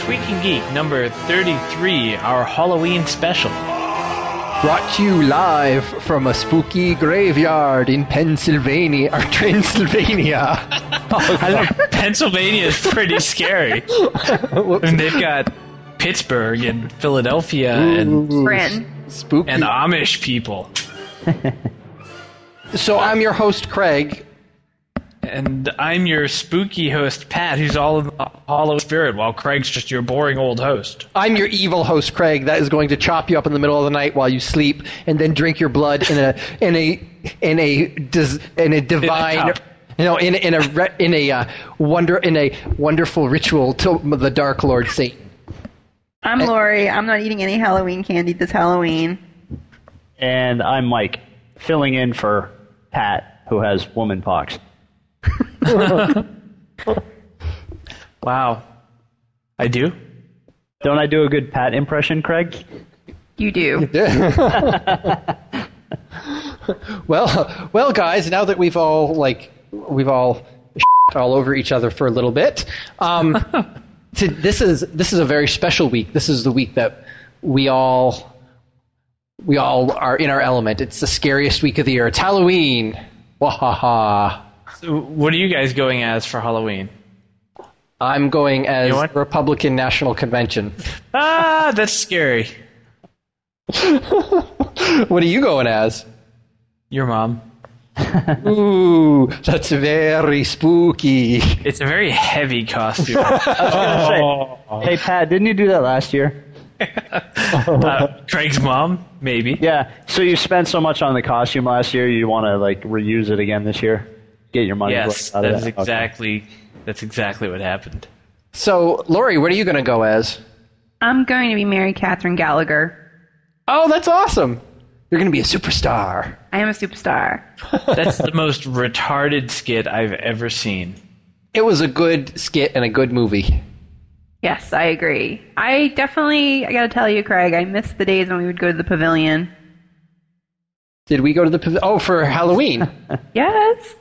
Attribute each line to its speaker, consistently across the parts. Speaker 1: Freaking Geek number 33, our Halloween special.
Speaker 2: Brought to you live from a spooky graveyard in Pennsylvania or Transylvania.
Speaker 1: I love Pennsylvania is pretty scary. I mean, they've got Pittsburgh and Philadelphia and,
Speaker 3: Bryn.
Speaker 2: Spooky.
Speaker 1: and the Amish people.
Speaker 2: so I'm your host, Craig.
Speaker 1: And I'm your spooky host, Pat, who's all in the hollow spirit, while Craig's just your boring old host.
Speaker 2: I'm your evil host, Craig, that is going to chop you up in the middle of the night while you sleep, and then drink your blood in a in a in a dis, in a divine.
Speaker 1: cup.
Speaker 2: you know, in, in a re- in a uh, wonder in a wonderful ritual to the Dark Lord Satan.
Speaker 3: I'm Lori. I'm not eating any Halloween candy this Halloween.
Speaker 4: And I'm Mike, filling in for Pat, who has woman pox.
Speaker 1: Wow. I do?
Speaker 4: Don't I do a good Pat impression, Craig?
Speaker 3: You do.
Speaker 2: Well, well, guys, now that we've all like we've all all over each other for a little bit, um, to, this is this is a very special week. This is the week that we all we all are in our element. It's the scariest week of the year. It's Halloween. Wahaha.
Speaker 1: So what are you guys going as for Halloween?
Speaker 2: I'm going as
Speaker 1: You know what?
Speaker 2: Republican National Convention.
Speaker 1: Ah, that's scary.
Speaker 2: What are you going as?
Speaker 1: Your mom.
Speaker 2: Ooh, that's very spooky.
Speaker 1: It's a very heavy costume.
Speaker 4: Hey, Pat, didn't you do that last year?
Speaker 1: Uh, Craig's mom? Maybe.
Speaker 4: Yeah. So you spent so much on the costume last year, you want to like reuse it again this year? Get your money
Speaker 1: Yes,
Speaker 4: out
Speaker 1: that
Speaker 4: of
Speaker 1: is
Speaker 4: that. Okay.
Speaker 1: exactly that's exactly what happened.
Speaker 2: So, Lori, what are you going to go as?
Speaker 3: I'm going to be Mary Catherine Gallagher.
Speaker 2: Oh, that's awesome. You're going to be a superstar.
Speaker 3: I am a superstar.
Speaker 1: That's the most retarded skit I've ever seen.
Speaker 2: It was a good skit and a good movie.
Speaker 3: Yes, I agree. I definitely, I gotta tell you, Craig, I miss the days when we would go to the pavilion.
Speaker 2: Did we go to the pav- oh for Halloween?
Speaker 3: Yes.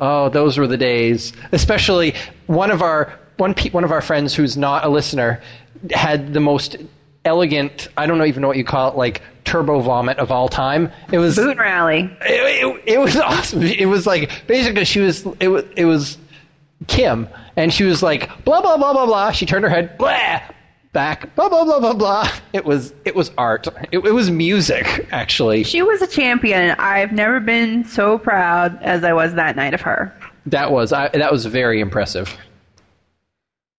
Speaker 2: oh, those were the days. Especially one of our one pe- one of our friends who's not a listener had the most elegant. I don't know even know what you call it, like turbo vomit of all time. It was
Speaker 3: Boone Rally.
Speaker 2: it, it, it was awesome. It was like basically she was it was it was Kim and she was like blah blah blah blah blah. She turned her head blah back blah blah blah blah blah. It was it was art. It, it was music actually.
Speaker 3: She was a champion. I've never been so proud as I was that night of her.
Speaker 2: That was I, that was very impressive.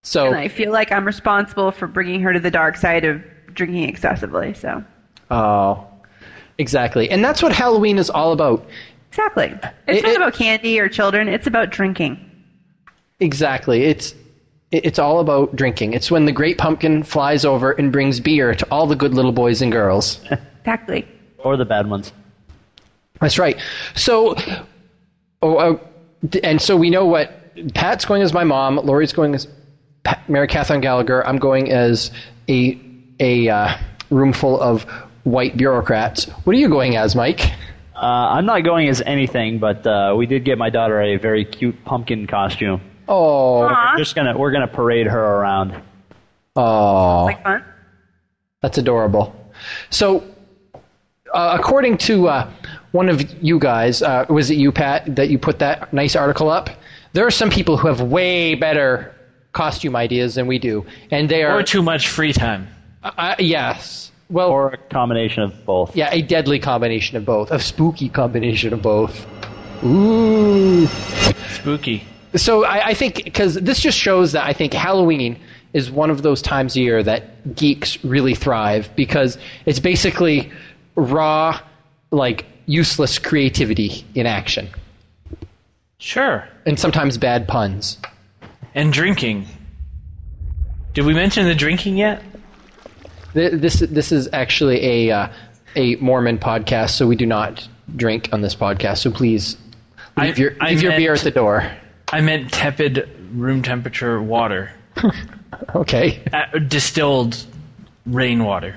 Speaker 2: So
Speaker 3: And I feel like I'm responsible for bringing her to the dark side of drinking excessively, so.
Speaker 2: oh exactly. And that's what Halloween is all about.
Speaker 3: Exactly. It's
Speaker 2: It-
Speaker 3: not
Speaker 2: it-
Speaker 3: about candy or children, it's about drinking.
Speaker 2: Exactly. It's it- it's all about drinking. It's when the great pumpkin flies over and brings beer to all the good little boys and girls.
Speaker 3: Exactly.
Speaker 4: Or the bad ones.
Speaker 2: That's right. So, oh, oh, d- and so we know what Pat's going as my mom. Lori's going as Pat, Mary Catherine Gallagher. I'm going as a a uh, room full of white bureaucrats. What are you going as, Mike?
Speaker 4: Uh, I'm not going as anything, but uh, we did get my daughter a very cute pumpkin costume.
Speaker 2: Oh,
Speaker 3: Aw,
Speaker 4: We're just gonna we're gonna parade her around.
Speaker 2: oh,
Speaker 3: like fun.
Speaker 2: that's adorable. So, uh, according to uh, one of you guys, uh, was it you, Pat, that you put that nice article up? There are some people who have way better costume ideas than we do, and they are
Speaker 1: Or too much free time.
Speaker 2: Uh, yes. Well,
Speaker 4: Or a combination of both.
Speaker 2: yeah, a deadly combination of both, a spooky combination of both. Ooh.
Speaker 1: Spooky.
Speaker 2: So I, I think because this just shows that I think Halloween is one of those times a year that geeks really thrive because it's basically raw, like useless creativity in action,
Speaker 1: Sure.
Speaker 2: and sometimes bad puns.
Speaker 1: And drinking. Did we mention the drinking yet?
Speaker 2: Th- This this is actually a uh, a Mormon podcast, so we do not drink on this podcast. So please leave
Speaker 1: I-
Speaker 2: your
Speaker 1: I
Speaker 2: leave your beer at
Speaker 1: meant-
Speaker 2: the door.
Speaker 1: I meant tepid room temperature water.
Speaker 2: Okay.
Speaker 1: Uh, distilled rainwater.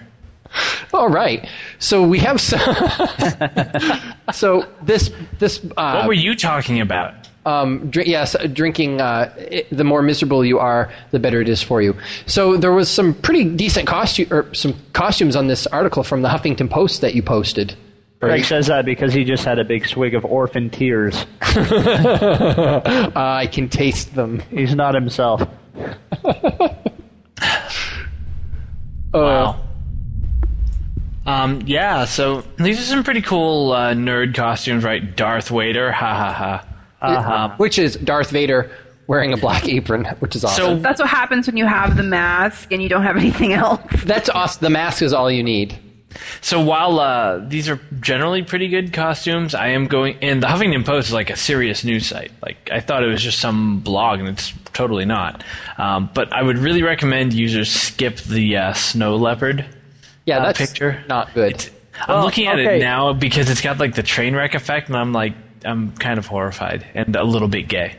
Speaker 2: All right. So we have some. so this this uh,
Speaker 1: What were you talking about?
Speaker 2: Um, drink, yes, drinking. Uh, it, the more miserable you are, the better it is for you. So there was some pretty decent costume or some costumes on this article from the Huffington Post that you posted.
Speaker 4: Greg says that because he just had a big swig of orphan tears.
Speaker 2: Uh, I can taste them.
Speaker 4: He's not himself.
Speaker 2: Uh,
Speaker 1: Wow. Um, yeah, so these are some pretty cool uh, nerd costumes, right? Darth Vader, ha ha ha. Uh-huh.
Speaker 2: Uh, Which is Darth Vader wearing a black apron, which is awesome.
Speaker 1: So
Speaker 3: That's what happens when you have the mask and you don't have anything else.
Speaker 2: That's awesome. The mask is all you need.
Speaker 1: So while uh, these are generally pretty good costumes, I am going. And the Huffington Post is like a serious news site. Like I thought it was just some blog, and it's totally not. Um, but I would really recommend users skip the uh, snow leopard.
Speaker 2: Yeah,
Speaker 1: Uh,
Speaker 2: that's
Speaker 1: picture.
Speaker 2: not good.
Speaker 1: I'm
Speaker 4: Oh,
Speaker 1: looking at
Speaker 4: okay.
Speaker 1: it now because it's got like the train wreck effect, and I'm like, I'm kind of horrified and a little bit gay.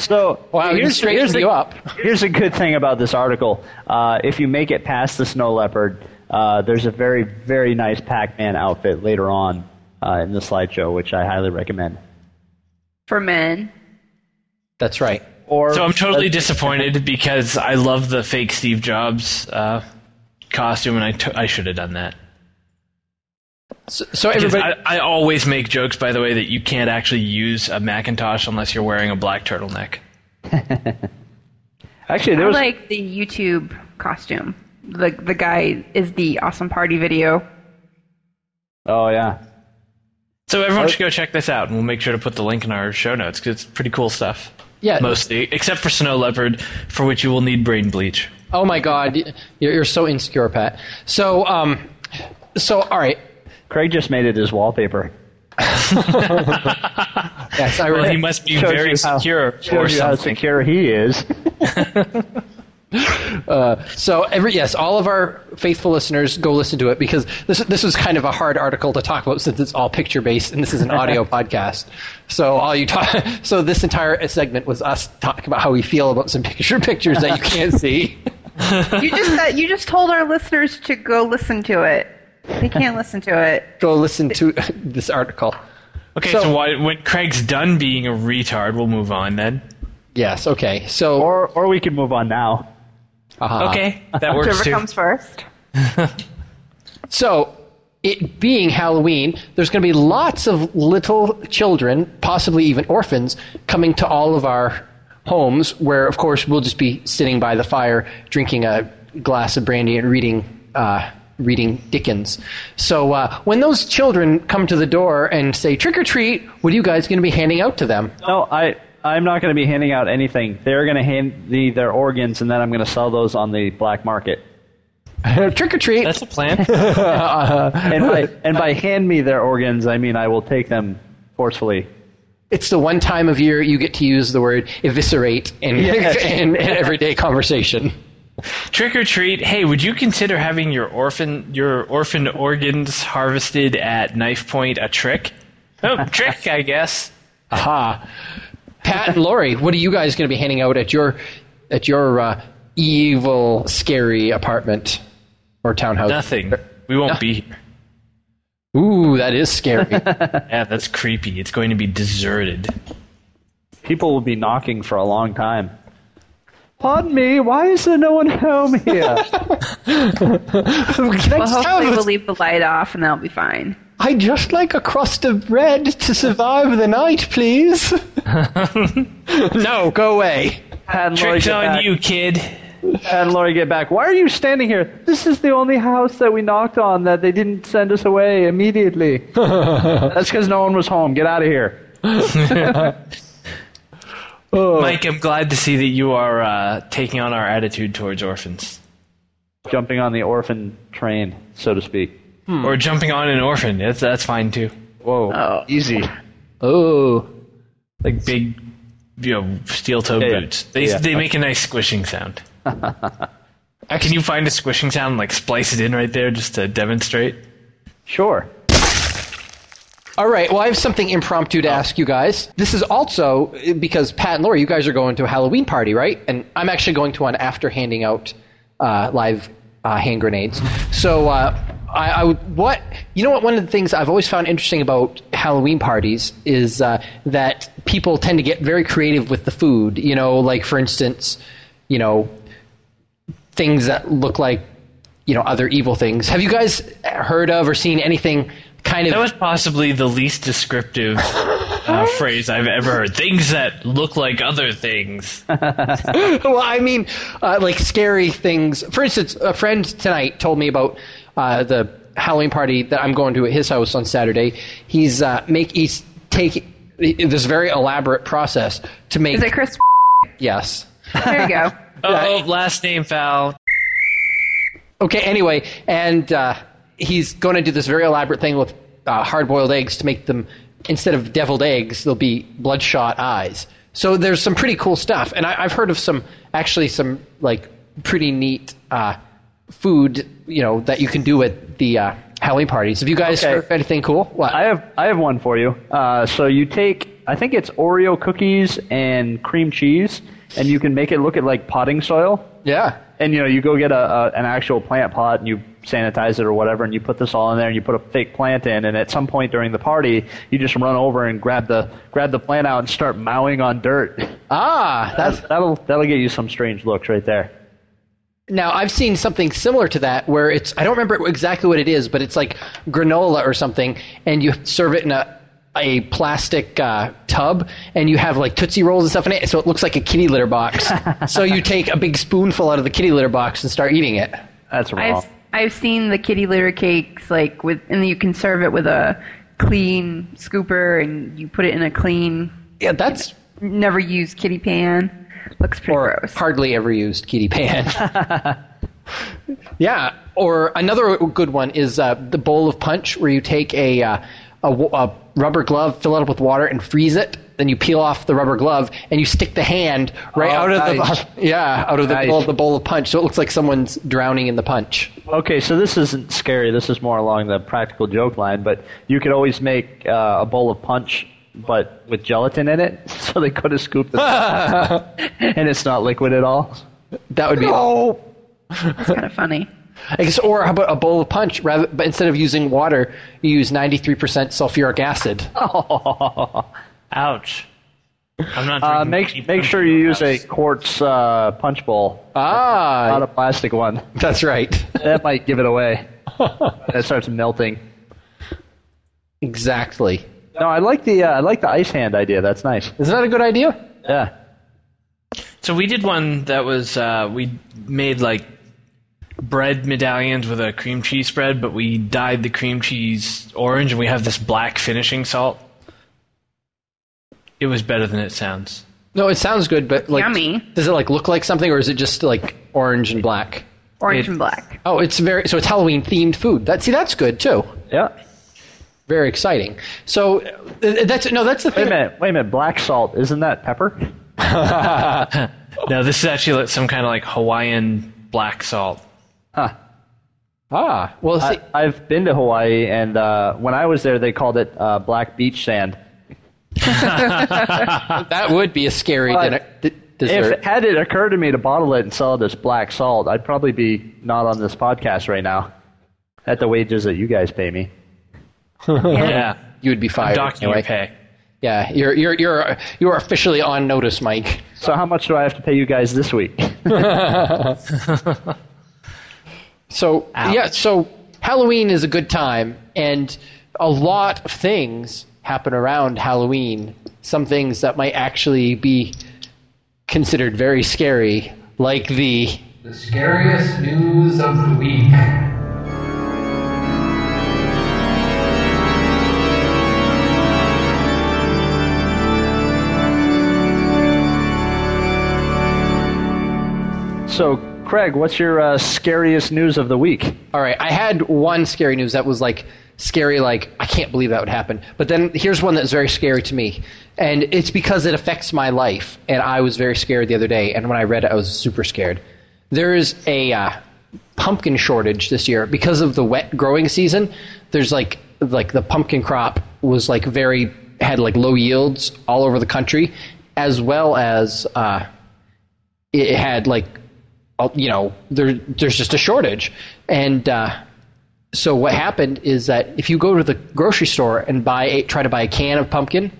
Speaker 4: So
Speaker 2: wow, you
Speaker 4: here's, here's
Speaker 2: straightened
Speaker 4: the-
Speaker 2: you up.
Speaker 4: Here's a good thing about this article. Uh, if you make it past the snow leopard, uh, there's a very, very nice Pac-Man outfit later on uh, in the slideshow, which I highly recommend.
Speaker 3: For men.
Speaker 2: That's right.
Speaker 4: Or
Speaker 1: So I'm totally
Speaker 4: uh,
Speaker 1: disappointed because I love the fake Steve Jobs uh, costume, and I t- I should have done that.
Speaker 2: So, so
Speaker 1: Because
Speaker 2: everybody,
Speaker 1: I, I always make jokes, by the way, that you can't actually use a Macintosh unless you're wearing a black turtleneck.
Speaker 4: actually
Speaker 3: I
Speaker 4: there was
Speaker 3: like the YouTube costume. The the guy is the awesome party video.
Speaker 4: oh yeah
Speaker 1: So everyone should go check this out, and we'll make sure to put the link in our show notes because it's pretty cool stuff.
Speaker 2: yeah.
Speaker 1: Mostly, except for Snow Leopard, for which you will need brain bleach.
Speaker 2: Oh my God, you're, you're so insecure, Pat. So, um, so all right.
Speaker 4: Craig just made it his wallpaper.
Speaker 2: Yes, I
Speaker 1: Well,
Speaker 2: really.
Speaker 1: he must be
Speaker 4: Shows
Speaker 1: very
Speaker 4: you how-
Speaker 1: secure or
Speaker 4: Shows you how
Speaker 1: something.
Speaker 4: secure he is.
Speaker 2: So every yes, all of our faithful listeners go listen to it because this this was kind of a hard article to talk about since it's all picture based and this is an audio podcast. So all you talk, so this entire segment was us talking about how we feel about some picture pictures that you can't see.
Speaker 3: You just said, you just told our listeners to go listen to it. They can't listen to it.
Speaker 2: Go listen to this article.
Speaker 1: Okay,
Speaker 2: So-
Speaker 1: so, why, when Craig's done being a retard, we'll move on then.
Speaker 2: Yes, okay. So
Speaker 4: or or we could move on now.
Speaker 2: uh-huh.
Speaker 1: Okay, that works
Speaker 3: Whichever
Speaker 1: too.
Speaker 3: comes first.
Speaker 2: So, it being Halloween, there's going to be lots of little children, possibly even orphans, coming to all of our homes, where, of course, we'll just be sitting by the fire, drinking a glass of brandy and reading. Uh, Reading Dickens. So uh, when those children come to the door and say, trick or treat, what are you guys going to be handing out to them?
Speaker 4: No, I I'm not going to be handing out anything. They're going to hand me their organs, and then I'm going to sell those on the black market.
Speaker 2: trick or treat.
Speaker 1: That's a plan.
Speaker 4: And by, and by hand me their organs, I mean I will take them forcefully.
Speaker 2: It's the one time of year you get to use the word eviscerate in, in, in everyday conversation.
Speaker 1: Trick or treat. Hey, would you consider having your orphan your orphan organs harvested at knife point a trick? Oh, trick, I guess.
Speaker 2: Aha. Pat and Lori, what are you guys going to be handing out at your at your uh, evil, scary apartment or townhouse?
Speaker 1: Nothing. We won't be here.
Speaker 2: Ooh, that is scary.
Speaker 1: Yeah, that's creepy. It's going to be deserted.
Speaker 4: People will be knocking for a long time. Pardon me, why is there no one home here?
Speaker 3: Well,
Speaker 2: Next
Speaker 3: hopefully
Speaker 2: town,
Speaker 3: we'll leave the light off and that'll be fine.
Speaker 2: I just like a crust of bread to survive the night, please. no, go away.
Speaker 4: Pat and Lori
Speaker 1: Trick's
Speaker 4: get
Speaker 1: on
Speaker 4: back.
Speaker 1: you, kid.
Speaker 4: Pat and Lori get back. Why are you standing here? This is the only house that we knocked on that they didn't send us away immediately. That's because no one was home. Get out of here.
Speaker 2: Oh.
Speaker 1: Mike, I'm glad to see that you are uh, taking on our attitude towards orphans,
Speaker 4: Jumping on the orphan train, so to speak.
Speaker 2: Hmm.
Speaker 1: or jumping on an orphan. That's that's fine too.
Speaker 4: Whoa,
Speaker 3: Oh.
Speaker 4: easy.
Speaker 2: Oh,
Speaker 1: Like big, you know, steel toe
Speaker 4: Yeah, yeah.
Speaker 1: boots. They
Speaker 4: Yeah.
Speaker 1: they make a nice squishing sound. Uh, Can you find a squishing sound and like splice it in right there just to demonstrate?
Speaker 4: Sure.
Speaker 2: All right. Well, I have something impromptu to ask you guys. This is also uh, because Pat and Laura, you guys are going to a Halloween party, right? And I'm actually going to one after handing out uh, live uh, hand grenades. So, uh, I, I would, what you know what one of the things I've always found interesting about Halloween parties is uh, that people tend to get very creative with the food. You know, like for instance, you know, things that look like you know other evil things. Have you guys heard of or seen anything kind of
Speaker 1: That was possibly the least descriptive uh, phrase I've ever heard. Things that look like other things.
Speaker 2: well, I mean, uh, like scary things. For instance, a friend tonight told me about uh, the Halloween party that I'm going to at his house on Saturday. He's uh, make he's take this very elaborate process to make
Speaker 3: Is it Chris?
Speaker 2: yes.
Speaker 3: There you go.
Speaker 1: Oh, last name foul.
Speaker 2: Okay. Anyway, and uh, he's going to do this very elaborate thing with uh, hard-boiled eggs to make them instead of deviled eggs, they'll be bloodshot eyes. So there's some pretty cool stuff, and I, I've heard of some actually some like pretty neat uh, food you know that you can do at the uh, Halloween parties. Have you guys
Speaker 4: Okay.
Speaker 2: heard of anything cool? What?
Speaker 4: I have I have one for you. Uh, so you take I think it's Oreo cookies and cream cheese, and you can make it look at like potting soil.
Speaker 2: yeah.
Speaker 4: And you know you go get a, a an actual plant pot and you sanitize it or whatever, and you put this all in there and you put a fake plant in, and at some point during the party you just run over and grab the grab the plant out and start mowing on dirt.
Speaker 2: Ah, that's
Speaker 4: that'll that'll get you some strange looks right there.
Speaker 2: Now I've seen something similar to that where it's I don't remember exactly what it is, but it's like granola or something, and you serve it in a a plastic uh, tub, and you have like tootsie rolls and stuff in it, so it looks like a kitty litter box. so you take a big spoonful out of the kitty litter box and start eating it.
Speaker 4: That's wrong.
Speaker 3: I've I've seen the kitty litter cakes like with, and you can serve it with a clean scooper, and you put it in a clean,
Speaker 2: Yeah, that's
Speaker 3: never used kitty pan. Looks pretty
Speaker 2: or
Speaker 3: gross.
Speaker 2: hardly ever used kitty pan. yeah, or another good one is uh, the bowl of punch, where you take a, uh, a w- a rubber glove, fill it up with water, and freeze it. Then you peel off the rubber glove and you stick the hand right
Speaker 4: Oh,
Speaker 2: out of
Speaker 4: nice.
Speaker 2: the yeah out of the
Speaker 4: Nice.
Speaker 2: bowl, the bowl of punch, so it looks like someone's drowning in the punch.
Speaker 4: Okay, so this isn't scary. This is more along the practical joke line, but you could always make uh, a bowl of punch, but with gelatin in it, so they could have scooped it, and it's not liquid at all.
Speaker 2: That would be
Speaker 4: Oh,
Speaker 3: It's kind of funny.
Speaker 2: I guess, or how about a bowl of punch rather, but instead of using water, you use ninety three percent sulfuric acid.
Speaker 1: Ouch. I'm not.
Speaker 4: uh,
Speaker 1: drinking any
Speaker 4: make make sure you use a quartz uh, punch bowl, not
Speaker 2: Ah,
Speaker 4: a plastic one.
Speaker 2: that's right.
Speaker 4: That might give it away. That starts melting.
Speaker 2: Exactly.
Speaker 4: No, I like the uh, I like the ice hand idea. That's nice.
Speaker 2: Isn't that a good idea?
Speaker 4: Yeah.
Speaker 1: So we did one that was uh, we made like bread medallions with a cream cheese spread, but we dyed the cream cheese orange, and we have this black finishing salt. It was better than it sounds.
Speaker 2: No, it sounds good, but like,
Speaker 3: Yummy.
Speaker 2: does it like look like something, or is it just like orange and black?
Speaker 3: Orange
Speaker 1: It-
Speaker 3: and black.
Speaker 2: Oh, it's very so it's Halloween themed food. That see, that's good too.
Speaker 4: Yeah.
Speaker 2: Very exciting. So uh, that's no, that's the
Speaker 4: Wait a
Speaker 2: thing.
Speaker 4: minute. Wait a minute. Black salt isn't that pepper?
Speaker 1: No, this is actually like some kind of like Hawaiian black salt.
Speaker 4: Huh.
Speaker 2: Ah, well, see,
Speaker 4: I, I've been to Hawaii, and uh, when I was there, they called it uh, black beach sand.
Speaker 2: that would be a scary
Speaker 4: uh, But
Speaker 2: dinner, d- dessert.
Speaker 4: If had it occurred to me to bottle it and sell it as black salt, I'd probably be not on this podcast right now, at the wages that you guys pay me. Oh,
Speaker 3: Oh.
Speaker 1: Yeah,
Speaker 2: you would be fired.
Speaker 1: docking
Speaker 2: anyway.
Speaker 1: your pay.
Speaker 2: Yeah, you're you're you're you're officially on notice, Mike.
Speaker 4: So how much do I have to pay you guys this week?
Speaker 2: So yeah, so Halloween is a good time, and a lot of things happen around Halloween. Some things that might actually be considered very scary, like the the scariest news of the week.
Speaker 4: so, Craig, what's your uh, scariest news of the week?
Speaker 2: All right, I had one scary news that was like scary, like I can't believe that would happen. But then here's one that's very scary to me, and it's because it affects my life. And I was very scared the other day, and when I read it, I was super scared. There is a uh, pumpkin shortage this year because of the wet growing season. There's like like the pumpkin crop was like very had like low yields all over the country, as well as. Uh, it had like uh, you know there there's just a shortage and uh So what happened is that if you go to the grocery store and buy a, try to buy a can of pumpkin,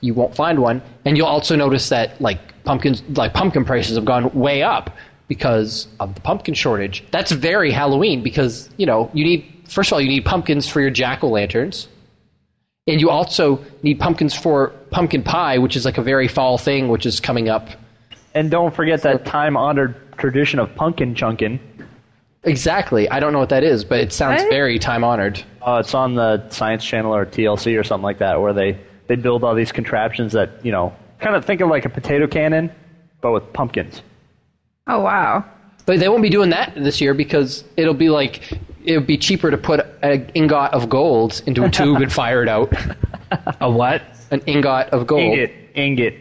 Speaker 2: you won't find one, and you'll also notice that like pumpkins like pumpkin prices have gone way up because of the pumpkin shortage. That's very Halloween because you know you need first of all you need pumpkins for your jack o' lanterns, and you also need pumpkins for pumpkin pie, which is like a very fall thing, which is coming up.
Speaker 4: And don't forget that time honored tradition of pumpkin chunkin.
Speaker 2: Exactly. I don't know what that is, but it sounds
Speaker 3: What?
Speaker 2: very time honored.
Speaker 4: Uh, it's on the Science Channel or TLC or something like that, where they, they build all these contraptions that, you know, kind of think of like a potato cannon, but with pumpkins.
Speaker 3: Oh wow.
Speaker 2: But they won't be doing that this year because it'll be like it'll be cheaper to put an ingot of gold into a tube and fire it out.
Speaker 1: A what?
Speaker 2: An ingot of gold.
Speaker 4: Ingot, ingot,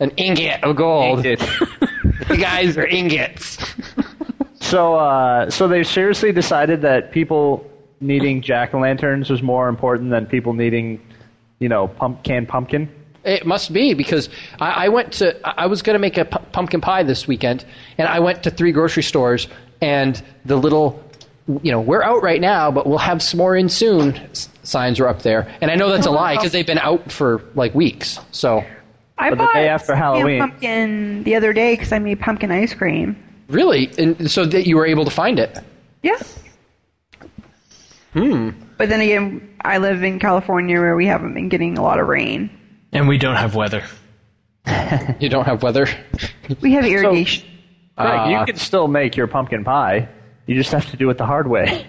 Speaker 2: An ingot of gold.
Speaker 4: ingot.
Speaker 2: the guys are ingots.
Speaker 4: so, uh, so they seriously decided that people needing jack o' lanterns was more important than people needing, you know, pump canned pumpkin.
Speaker 2: It must be because I, I went to I I was going to make a pu- pumpkin pie this weekend, and I went to three grocery stores, and the little, you know, we're out right now, but we'll have some more in soon. s- Signs were up there, and I know that's a lie because they've been out for like weeks. So
Speaker 3: I
Speaker 4: But the
Speaker 3: bought
Speaker 4: day after
Speaker 3: some canned
Speaker 4: Halloween.
Speaker 3: pumpkin the other day because I made pumpkin ice cream.
Speaker 2: really, and so that you were able to find it.
Speaker 3: Yeah. Hmm. But then again, I live in California where we haven't been getting a lot of rain.
Speaker 1: And we don't have weather.
Speaker 2: You don't have weather.
Speaker 3: We have irrigation.
Speaker 4: Right,
Speaker 2: Ah.
Speaker 4: you can still make your pumpkin pie. You just have to do it the hard way.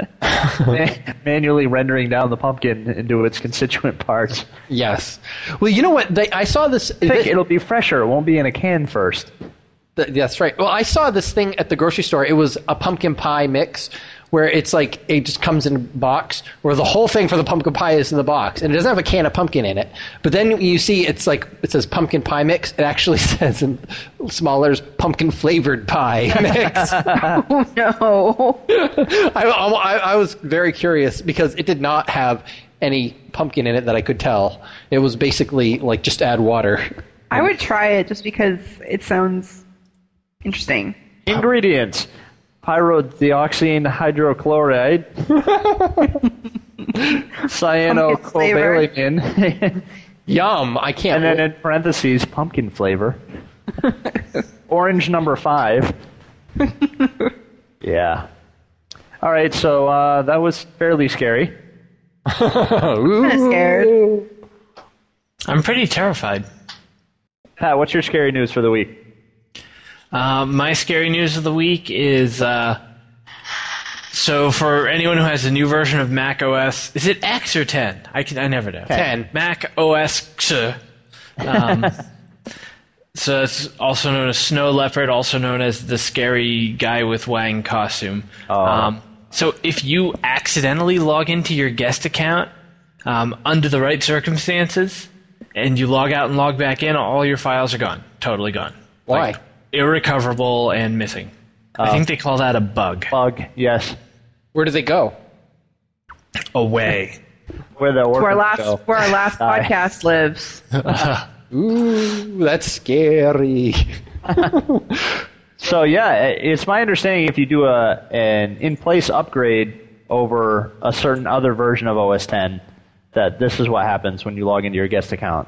Speaker 4: Man- manually rendering down the pumpkin into its constituent parts.
Speaker 2: Yes. Well, you know what? They, I saw this.
Speaker 4: I think it'll be fresher. It won't be in a can first.
Speaker 2: Th- That's right. Well, I saw this thing at the grocery store. It was a pumpkin pie mix where it's like it just comes in a box where the whole thing for the pumpkin pie is in the box and it doesn't have a can of pumpkin in it. But then you see it's like it says pumpkin pie mix. It actually says in small letters pumpkin flavored pie mix.
Speaker 3: oh no.
Speaker 2: I, I, I was very curious because it did not have any pumpkin in it that I could tell. It was basically like just add water.
Speaker 3: I would try it just because it sounds interesting.
Speaker 4: Ingredients: pyrodeoxine hydrochloride, cyanocobalamine,
Speaker 2: Yum! I can't.
Speaker 4: and then in parentheses pumpkin flavor, orange number five. yeah. All right, so uh, that was fairly scary.
Speaker 3: I'm scared.
Speaker 1: I'm pretty terrified.
Speaker 4: Pat, what's your scary news for the week?
Speaker 1: Uh, my scary news of the week is uh, so for anyone who has a new version of Mac OS, is it X or 10? I can I never know.
Speaker 2: 10.
Speaker 1: Mac OS X. Um, so it's also known as Snow Leopard, also known as the scary guy with Wang costume.
Speaker 4: Oh.
Speaker 1: Um, so if you accidentally log into your guest account um, under the right circumstances, and you log out and log back in, all your files are gone, totally gone.
Speaker 2: Why?
Speaker 1: Like, irrecoverable and missing. I think they call that a bug.
Speaker 4: Bug, yes.
Speaker 2: Where do they go?
Speaker 1: Away.
Speaker 4: Where the
Speaker 3: Where our
Speaker 4: orphans
Speaker 3: last
Speaker 4: go.
Speaker 3: where our last
Speaker 4: Sorry.
Speaker 3: podcast lives.
Speaker 2: Ooh, that's scary.
Speaker 4: So yeah, i- it's my understanding if you do a an in-place upgrade over a certain other version of OS 10, that this is what happens when you log into your guest account.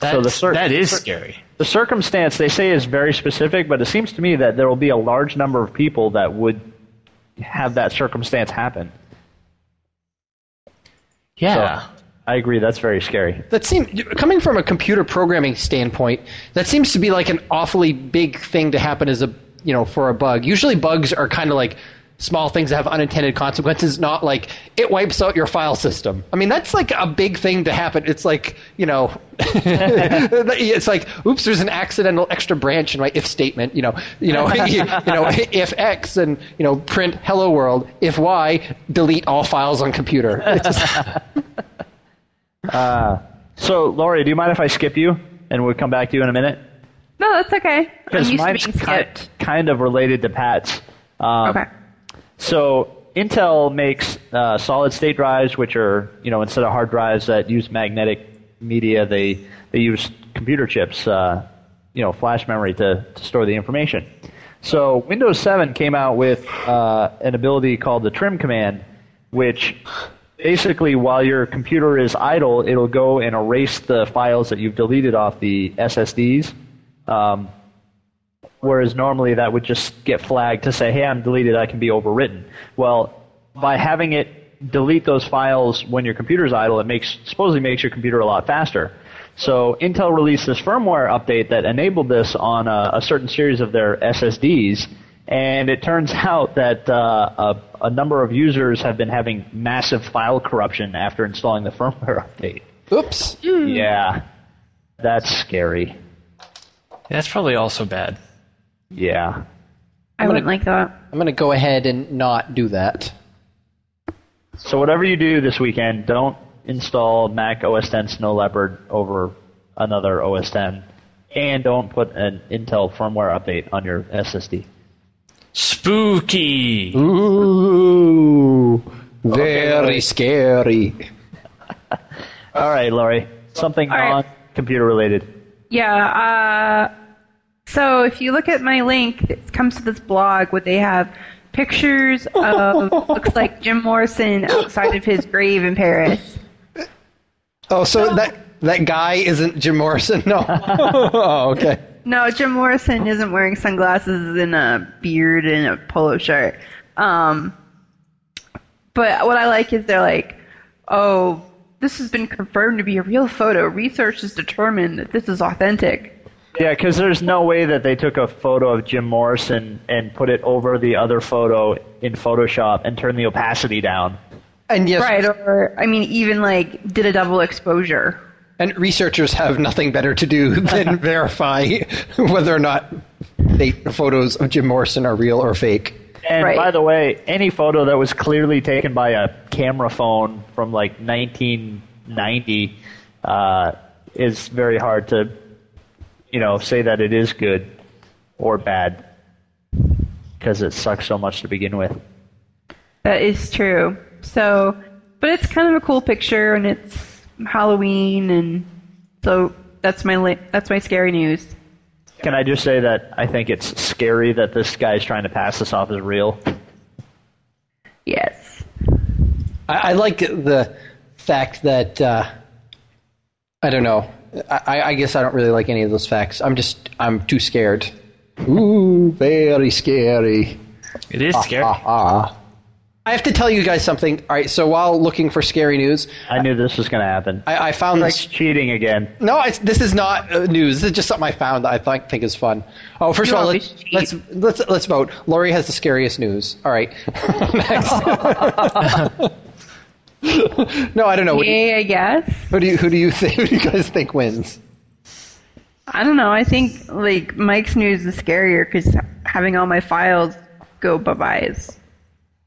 Speaker 1: That's,
Speaker 4: the cir-
Speaker 1: that is
Speaker 4: cir-
Speaker 1: scary.
Speaker 4: The circumstance they say is very specific, but it seems to me that there will be a large number of people that would have that circumstance happen.
Speaker 1: Yeah.
Speaker 4: So, I agree. That's very scary.
Speaker 2: That seems coming from a computer programming standpoint, that seems to be like an awfully big thing to happen as a you know for a bug. Usually bugs are kind of like small things that have unintended consequences, not like it wipes out your file system. I mean, that's like a big thing to happen. It's like you know, it's like oops, there's an accidental extra branch in my if statement. You know, you know, you know, if X and you know print hello world. If Y, delete all files on computer. It's just-
Speaker 4: So, Lori, do you mind if I skip you and we'll come back to you in a minute?
Speaker 3: No, that's okay. I'm
Speaker 4: Because
Speaker 3: used to
Speaker 4: mine's
Speaker 3: being
Speaker 4: ki-
Speaker 3: skipped.
Speaker 4: kind of related to Pat's. Um,
Speaker 3: Okay.
Speaker 4: So Intel makes uh, solid state drives, which are you know instead of hard drives that use magnetic media, they they use computer chips, uh, you know, flash memory to, to store the information. So Windows 7 came out with uh, an ability called the trim command, which basically, while your computer is idle, it'll go and erase the files that you've deleted off the SSDs. Um, whereas normally that would just get flagged to say, hey, I'm deleted, I can be overwritten. Well, by having it delete those files when your computer's idle, it makes supposedly makes your computer a lot faster. So Intel released this firmware update that enabled this on a, a certain series of their SSDs, and it turns out that uh, a, a number of users have been having massive file corruption after installing the firmware update.
Speaker 2: Oops.
Speaker 4: Yeah, that's scary.
Speaker 1: That's probably also bad.
Speaker 4: Yeah.
Speaker 3: I wouldn't like that.
Speaker 2: I'm going to go ahead and not do that.
Speaker 4: So whatever you do this weekend, don't install Mac OS X Snow Leopard over another OS X, and don't put an Intel firmware update on your SSD.
Speaker 1: Spooky.
Speaker 2: Ooh. Very scary.
Speaker 4: All right, Laurie, something
Speaker 3: All right.
Speaker 4: non-computer related.
Speaker 3: Yeah. Uh, so if you look at my link, it comes to this blog where they have pictures of looks like Jim Morrison outside of his grave in Paris.
Speaker 2: Oh, so that that guy isn't Jim Morrison? No. oh, okay.
Speaker 3: No, Jim Morrison isn't wearing sunglasses and a beard and a polo shirt. Um, but what I like is they're like, oh, this has been confirmed to be a real photo. Research has determined that this is authentic.
Speaker 4: Yeah, because there's no way that they took a photo of Jim Morrison and put it over the other photo in Photoshop and turned the opacity down.
Speaker 2: And yes,
Speaker 3: Right, or, I mean, even like did a double exposure.
Speaker 2: and researchers have nothing better to do than verify whether or not they, photos of Jim Morrison are real or fake.
Speaker 4: And
Speaker 3: Right.
Speaker 4: by the way, any photo that was clearly taken by a camera phone from like 1990 uh, is very hard to, you know, say that it is good or bad because it sucks so much to begin with.
Speaker 3: That is true. So, but it's kind of a cool picture, and it's Halloween, and so that's my li- that's my scary news.
Speaker 4: Can I just say that I think it's scary that this guy's trying to pass this off as real?
Speaker 3: Yes.
Speaker 2: I, I like the fact that uh, I don't know. I- I, I guess I don't really like any of those facts. I'm just I'm too scared. Ooh, very scary.
Speaker 1: It is scary.
Speaker 2: Ah. I have to tell you guys something. All right, so while looking for scary news,
Speaker 4: I knew this was going to happen.
Speaker 2: I, I found
Speaker 4: It's
Speaker 2: this.
Speaker 4: cheating again.
Speaker 2: No, it's, this is not uh, news. This is just something I found that I think, think is fun. Oh, first
Speaker 3: You
Speaker 2: of all,
Speaker 3: always
Speaker 2: let's, let's let's let's vote. Lori has the scariest news. All right, next. no, I don't know. What do, you,
Speaker 3: Yay, I guess.
Speaker 2: who do you who do you think? Who do you guys think wins?
Speaker 3: I don't know. I think like Mike's news is scarier because having all my files go bye bye is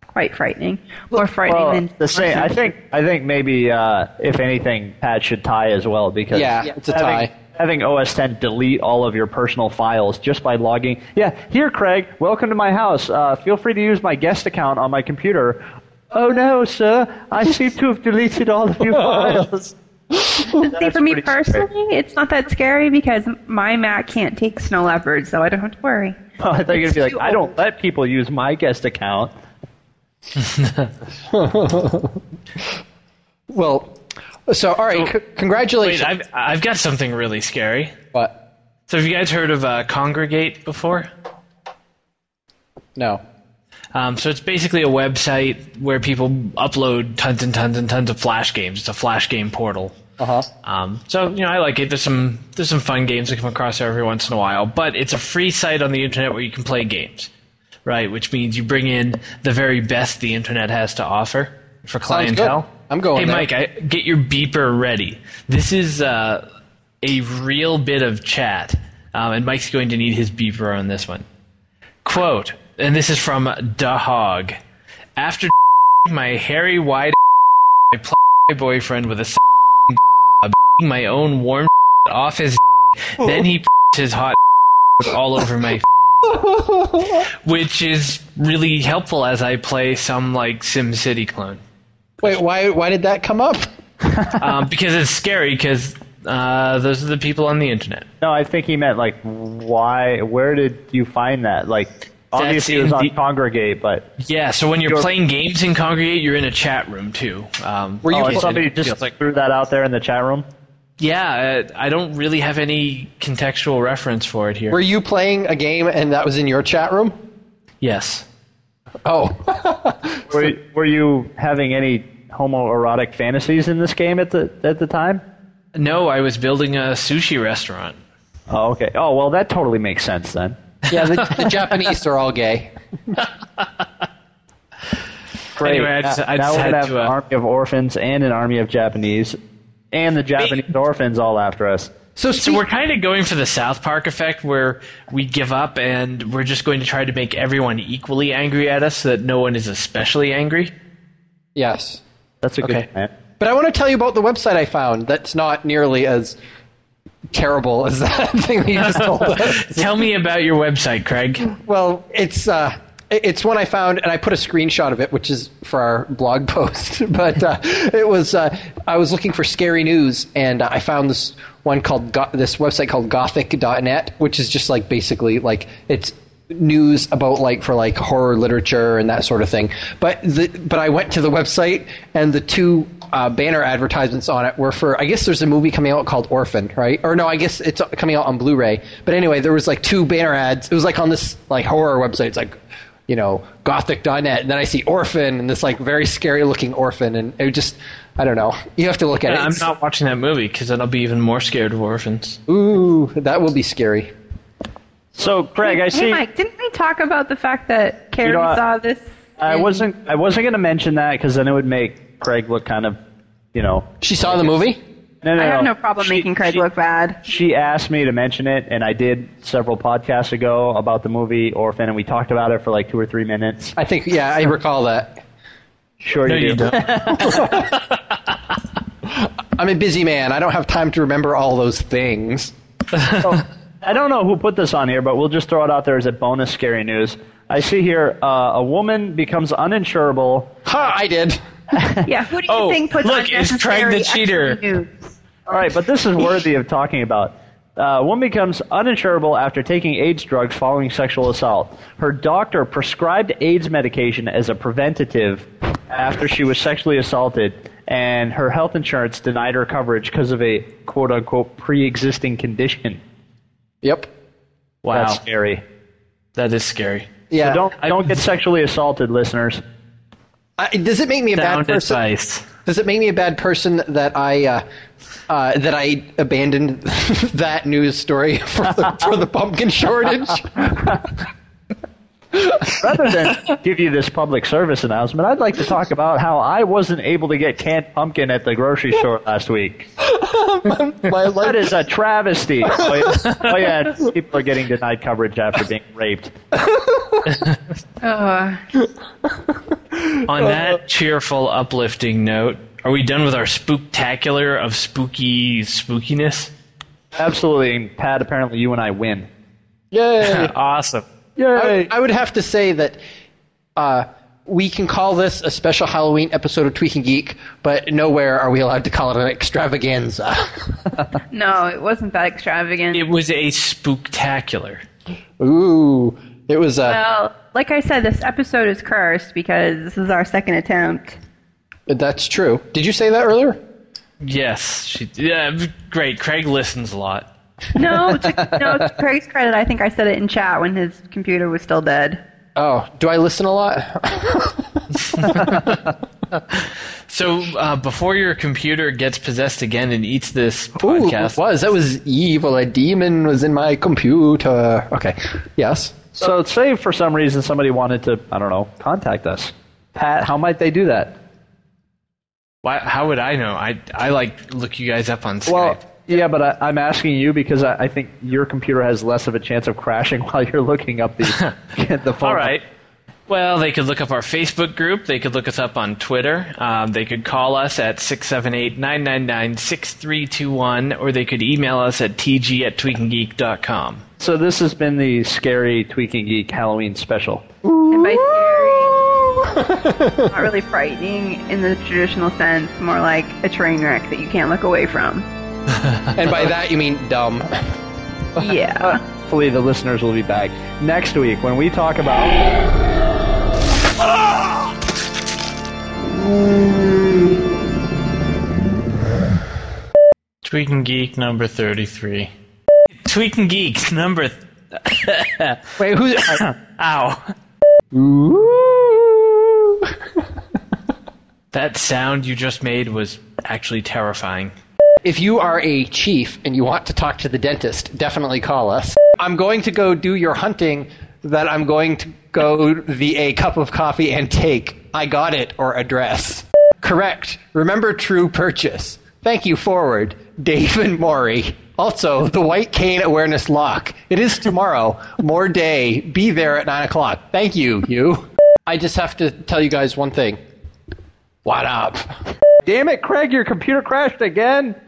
Speaker 3: quite frightening. More frightening
Speaker 4: Well,
Speaker 3: than
Speaker 4: Oh, the same. I think. I think maybe uh, if anything, Pat should tie as well because
Speaker 2: Yeah, Yeah. it's a
Speaker 4: having,
Speaker 2: tie.
Speaker 4: Having OS 10 delete all of your personal files just by logging. Yeah, here, Craig. Welcome to my house. Uh, feel free to use my guest account on my computer. Oh no, sir! I seem to have deleted all of your files.
Speaker 3: See,
Speaker 4: That's
Speaker 3: for me
Speaker 4: pretty scary.
Speaker 3: personally, it's not that scary because my Mac can't take snow leopards, so I don't have to worry.
Speaker 4: I thought you would be like,
Speaker 3: Too
Speaker 4: I don't
Speaker 3: old.
Speaker 4: let people use my guest account.
Speaker 2: Well, so all
Speaker 1: So-
Speaker 2: right, c-
Speaker 1: Wait,
Speaker 2: congratulations.
Speaker 1: I've I've got something really scary.
Speaker 2: What?
Speaker 1: So have you guys heard of uh, Congregate before?
Speaker 2: No.
Speaker 1: Um, so it's basically a website where people upload tons and tons and tons of Flash games. It's a Flash game portal.
Speaker 2: Uh huh.
Speaker 1: Um, so you know, I like it. There's some there's some fun games that come across there every once in a while, but it's a free site on the internet where you can play games, right? Which means you bring in the very best the internet has to offer for
Speaker 2: good.
Speaker 1: clientele.
Speaker 2: I'm going
Speaker 1: Hey,
Speaker 2: there.
Speaker 1: Mike, I, get your beeper ready. This is uh, a real bit of chat, um, and Mike's going to need his beeper on this one. Quote, and this is from Da Hog. After my hairy wide my pl- boyfriend with a s- my own warm off his then he his hot all over my which is really helpful as I play some like SimCity clone
Speaker 2: Wait, why why did that come up?
Speaker 1: um, because it's scary because Uh, those are the people on the internet.
Speaker 4: No, I think he meant like why? Where did you find that? Like obviously it was
Speaker 1: in
Speaker 4: on
Speaker 1: the-
Speaker 4: Congregate, but
Speaker 1: Yeah, so when you're
Speaker 4: Your-
Speaker 1: playing games in Congregate, you're in a chat room too. Um,
Speaker 2: Were you
Speaker 4: oh,
Speaker 1: it-
Speaker 4: and
Speaker 2: pl-
Speaker 4: somebody
Speaker 1: it
Speaker 4: just
Speaker 1: feels like,
Speaker 4: threw that out there in the chat room.
Speaker 1: yeah, uh, I don't really have any contextual reference for it here.
Speaker 2: Were you playing a game and that was in your chat room?
Speaker 1: yes.
Speaker 2: Oh.
Speaker 4: Were you, were you having any homoerotic fantasies in this game at the at the time?
Speaker 1: No, I was building a sushi restaurant.
Speaker 4: Oh, okay. Oh, well, that totally makes sense then.
Speaker 2: yeah, the, the Japanese are all gay.
Speaker 4: Great.
Speaker 1: Anyway, I just-
Speaker 4: now,
Speaker 1: I
Speaker 4: now
Speaker 1: just
Speaker 4: we're
Speaker 1: had
Speaker 4: gonna have
Speaker 1: to, uh,
Speaker 4: an army of orphans and an army of Japanese, and the Japanese orphans all after us.
Speaker 2: So,
Speaker 1: So
Speaker 2: speak-
Speaker 1: we're kind of going for the South Park effect where we give up and we're just going to try to make everyone equally angry at us so that no one is especially angry.
Speaker 2: yes.
Speaker 4: That's a
Speaker 1: Okay.
Speaker 4: good plan.
Speaker 2: But I want to tell you about the website I found that's not nearly as terrible as that thing that you just told us.
Speaker 1: Tell me about your website, Craig.
Speaker 2: Well, it's uh, it- it's one I found, and I put a screenshot of it, which is for our blog post. but uh, it was uh, I was looking for scary news, and uh, I found this one called Go- this website called Gothic.net, which is just like basically like it's news about like for like horror literature and that sort of thing. But the but I went to the website, and the two uh, banner advertisements on it were for I guess there's a movie coming out called Orphan, right? Or no, I guess it's coming out on Blu-ray. But anyway, there was like two banner ads. It was like on this like horror website. It's like you know gothic.net and then i see orphan and this like very scary looking orphan and it just i don't know you have to look at it
Speaker 1: Yeah, I'm
Speaker 2: It's-
Speaker 1: not watching that movie because then I'll be even more scared of orphans.
Speaker 2: ooh that will be scary
Speaker 4: So, Craig, I
Speaker 3: hey,
Speaker 4: see.
Speaker 3: Mike, didn't we talk about the fact that Carrie
Speaker 4: You know, I-
Speaker 3: saw this?
Speaker 4: I
Speaker 3: in-
Speaker 4: wasn't. I wasn't going to mention that because then it would make Craig look kind of, you know.
Speaker 2: she saw the movie
Speaker 4: No, no,
Speaker 3: I have no problem
Speaker 4: She-
Speaker 3: making Craig
Speaker 4: she-
Speaker 3: look bad.
Speaker 4: She asked me to mention it, and I did several podcasts ago about the movie Orphan, and we talked about it for like two or three minutes.
Speaker 2: i think yeah i recall that
Speaker 4: Sure,
Speaker 1: No,
Speaker 4: you,
Speaker 1: you
Speaker 4: do.
Speaker 1: don't.
Speaker 2: i'm a busy man i don't have time to remember all those things
Speaker 4: I don't know who put this on here, but we'll just throw it out there as a bonus scary news. I see here uh, a woman becomes uninsurable.
Speaker 2: ha i did
Speaker 3: Yeah, who do you
Speaker 1: Oh,
Speaker 3: think puts
Speaker 1: look, it's Craig the
Speaker 3: unnecessary
Speaker 1: cheater.
Speaker 3: extra nudes?
Speaker 4: All right, but this is worthy of talking about. Uh, a woman becomes uninsurable after taking AIDS drugs following sexual assault. Her doctor prescribed AIDS medication as a preventative after she was sexually assaulted, and her health insurance denied her coverage because of a quote unquote pre existing condition.
Speaker 2: yep
Speaker 1: Wow,
Speaker 4: That's scary.
Speaker 1: that is scary.
Speaker 2: yeah
Speaker 4: So don't, don't get sexually assaulted, listeners.
Speaker 2: I, does it make me a bad
Speaker 1: Sound
Speaker 2: person
Speaker 1: advice.
Speaker 2: Does it make me a bad person that I uh, uh, that I abandoned that news story for the, for the pumpkin shortage?
Speaker 4: Rather than give you this public service announcement, I'd like to talk about how I wasn't able to get canned pumpkin at the grocery store last week.
Speaker 2: My life
Speaker 4: That is a travesty. Oh yeah, oh, yeah. people are getting denied coverage after being raped.
Speaker 3: Ugh.
Speaker 1: On that cheerful, uplifting note, are we done with our spooktacular of spooky spookiness?
Speaker 4: Absolutely, and Pat. Apparently, you and I win.
Speaker 2: Yay!
Speaker 1: awesome.
Speaker 2: I, I would have to say that uh, we can call this a special Halloween episode of Tweaking Geek, but nowhere are we allowed to call it an extravaganza.
Speaker 3: No, it wasn't that extravagant.
Speaker 1: It was a spooktacular.
Speaker 2: Ooh, it was uh,
Speaker 3: well, like I said, this episode is cursed because this is our second attempt.
Speaker 2: that's true. Did you say that earlier?
Speaker 1: Yes, she. Yeah, great. Craig listens a lot.
Speaker 3: No, to, no, to Craig's credit, I think I said it in chat when his computer was still dead.
Speaker 2: Oh, do I listen a lot?
Speaker 1: So uh, before your computer gets possessed again and eats this
Speaker 2: Ooh,
Speaker 1: podcast,
Speaker 2: it was that was evil? A demon was in my computer. Okay, yes.
Speaker 4: So, say for some reason somebody wanted to, I don't know, contact us. Pat, how might they do that?
Speaker 1: why, how would I know? I I like look you guys up on Skype.
Speaker 4: Well, yeah, but I, I'm asking you because I, I think your computer has less of a chance of crashing while you're looking up the the phone.
Speaker 1: All right. Well, they could look up our Facebook group. They could look us up on Twitter. Um, they could call us at 678 999 6321, or they could email us at tg at tweakinggeek.com.
Speaker 4: So this has been the scary tweaking geek Halloween special.
Speaker 3: And by scary, not really frightening in the traditional sense, more like a train wreck that you can't look away from.
Speaker 2: and by that you mean dumb.
Speaker 3: yeah.
Speaker 4: Hopefully, the listeners will be back next week when we talk about.
Speaker 1: Tweak and Geek number 33. Tweak and Geek number. Th-
Speaker 2: Wait, who's?
Speaker 1: Ow. That sound you just made was actually terrifying.
Speaker 2: if you are a chief and you want to talk to the dentist, definitely call us. I'm going to go do your hunting. That I'm going to go the a cup of coffee and take. I got it or address. Correct. Remember true purchase. Thank you forward, Dave and Maury. Also, the white cane awareness lock. It is tomorrow. More day. Be there at nine o'clock. Thank you, you. I just have to tell you guys one thing. What up?
Speaker 4: Damn it, Craig! Your computer crashed again.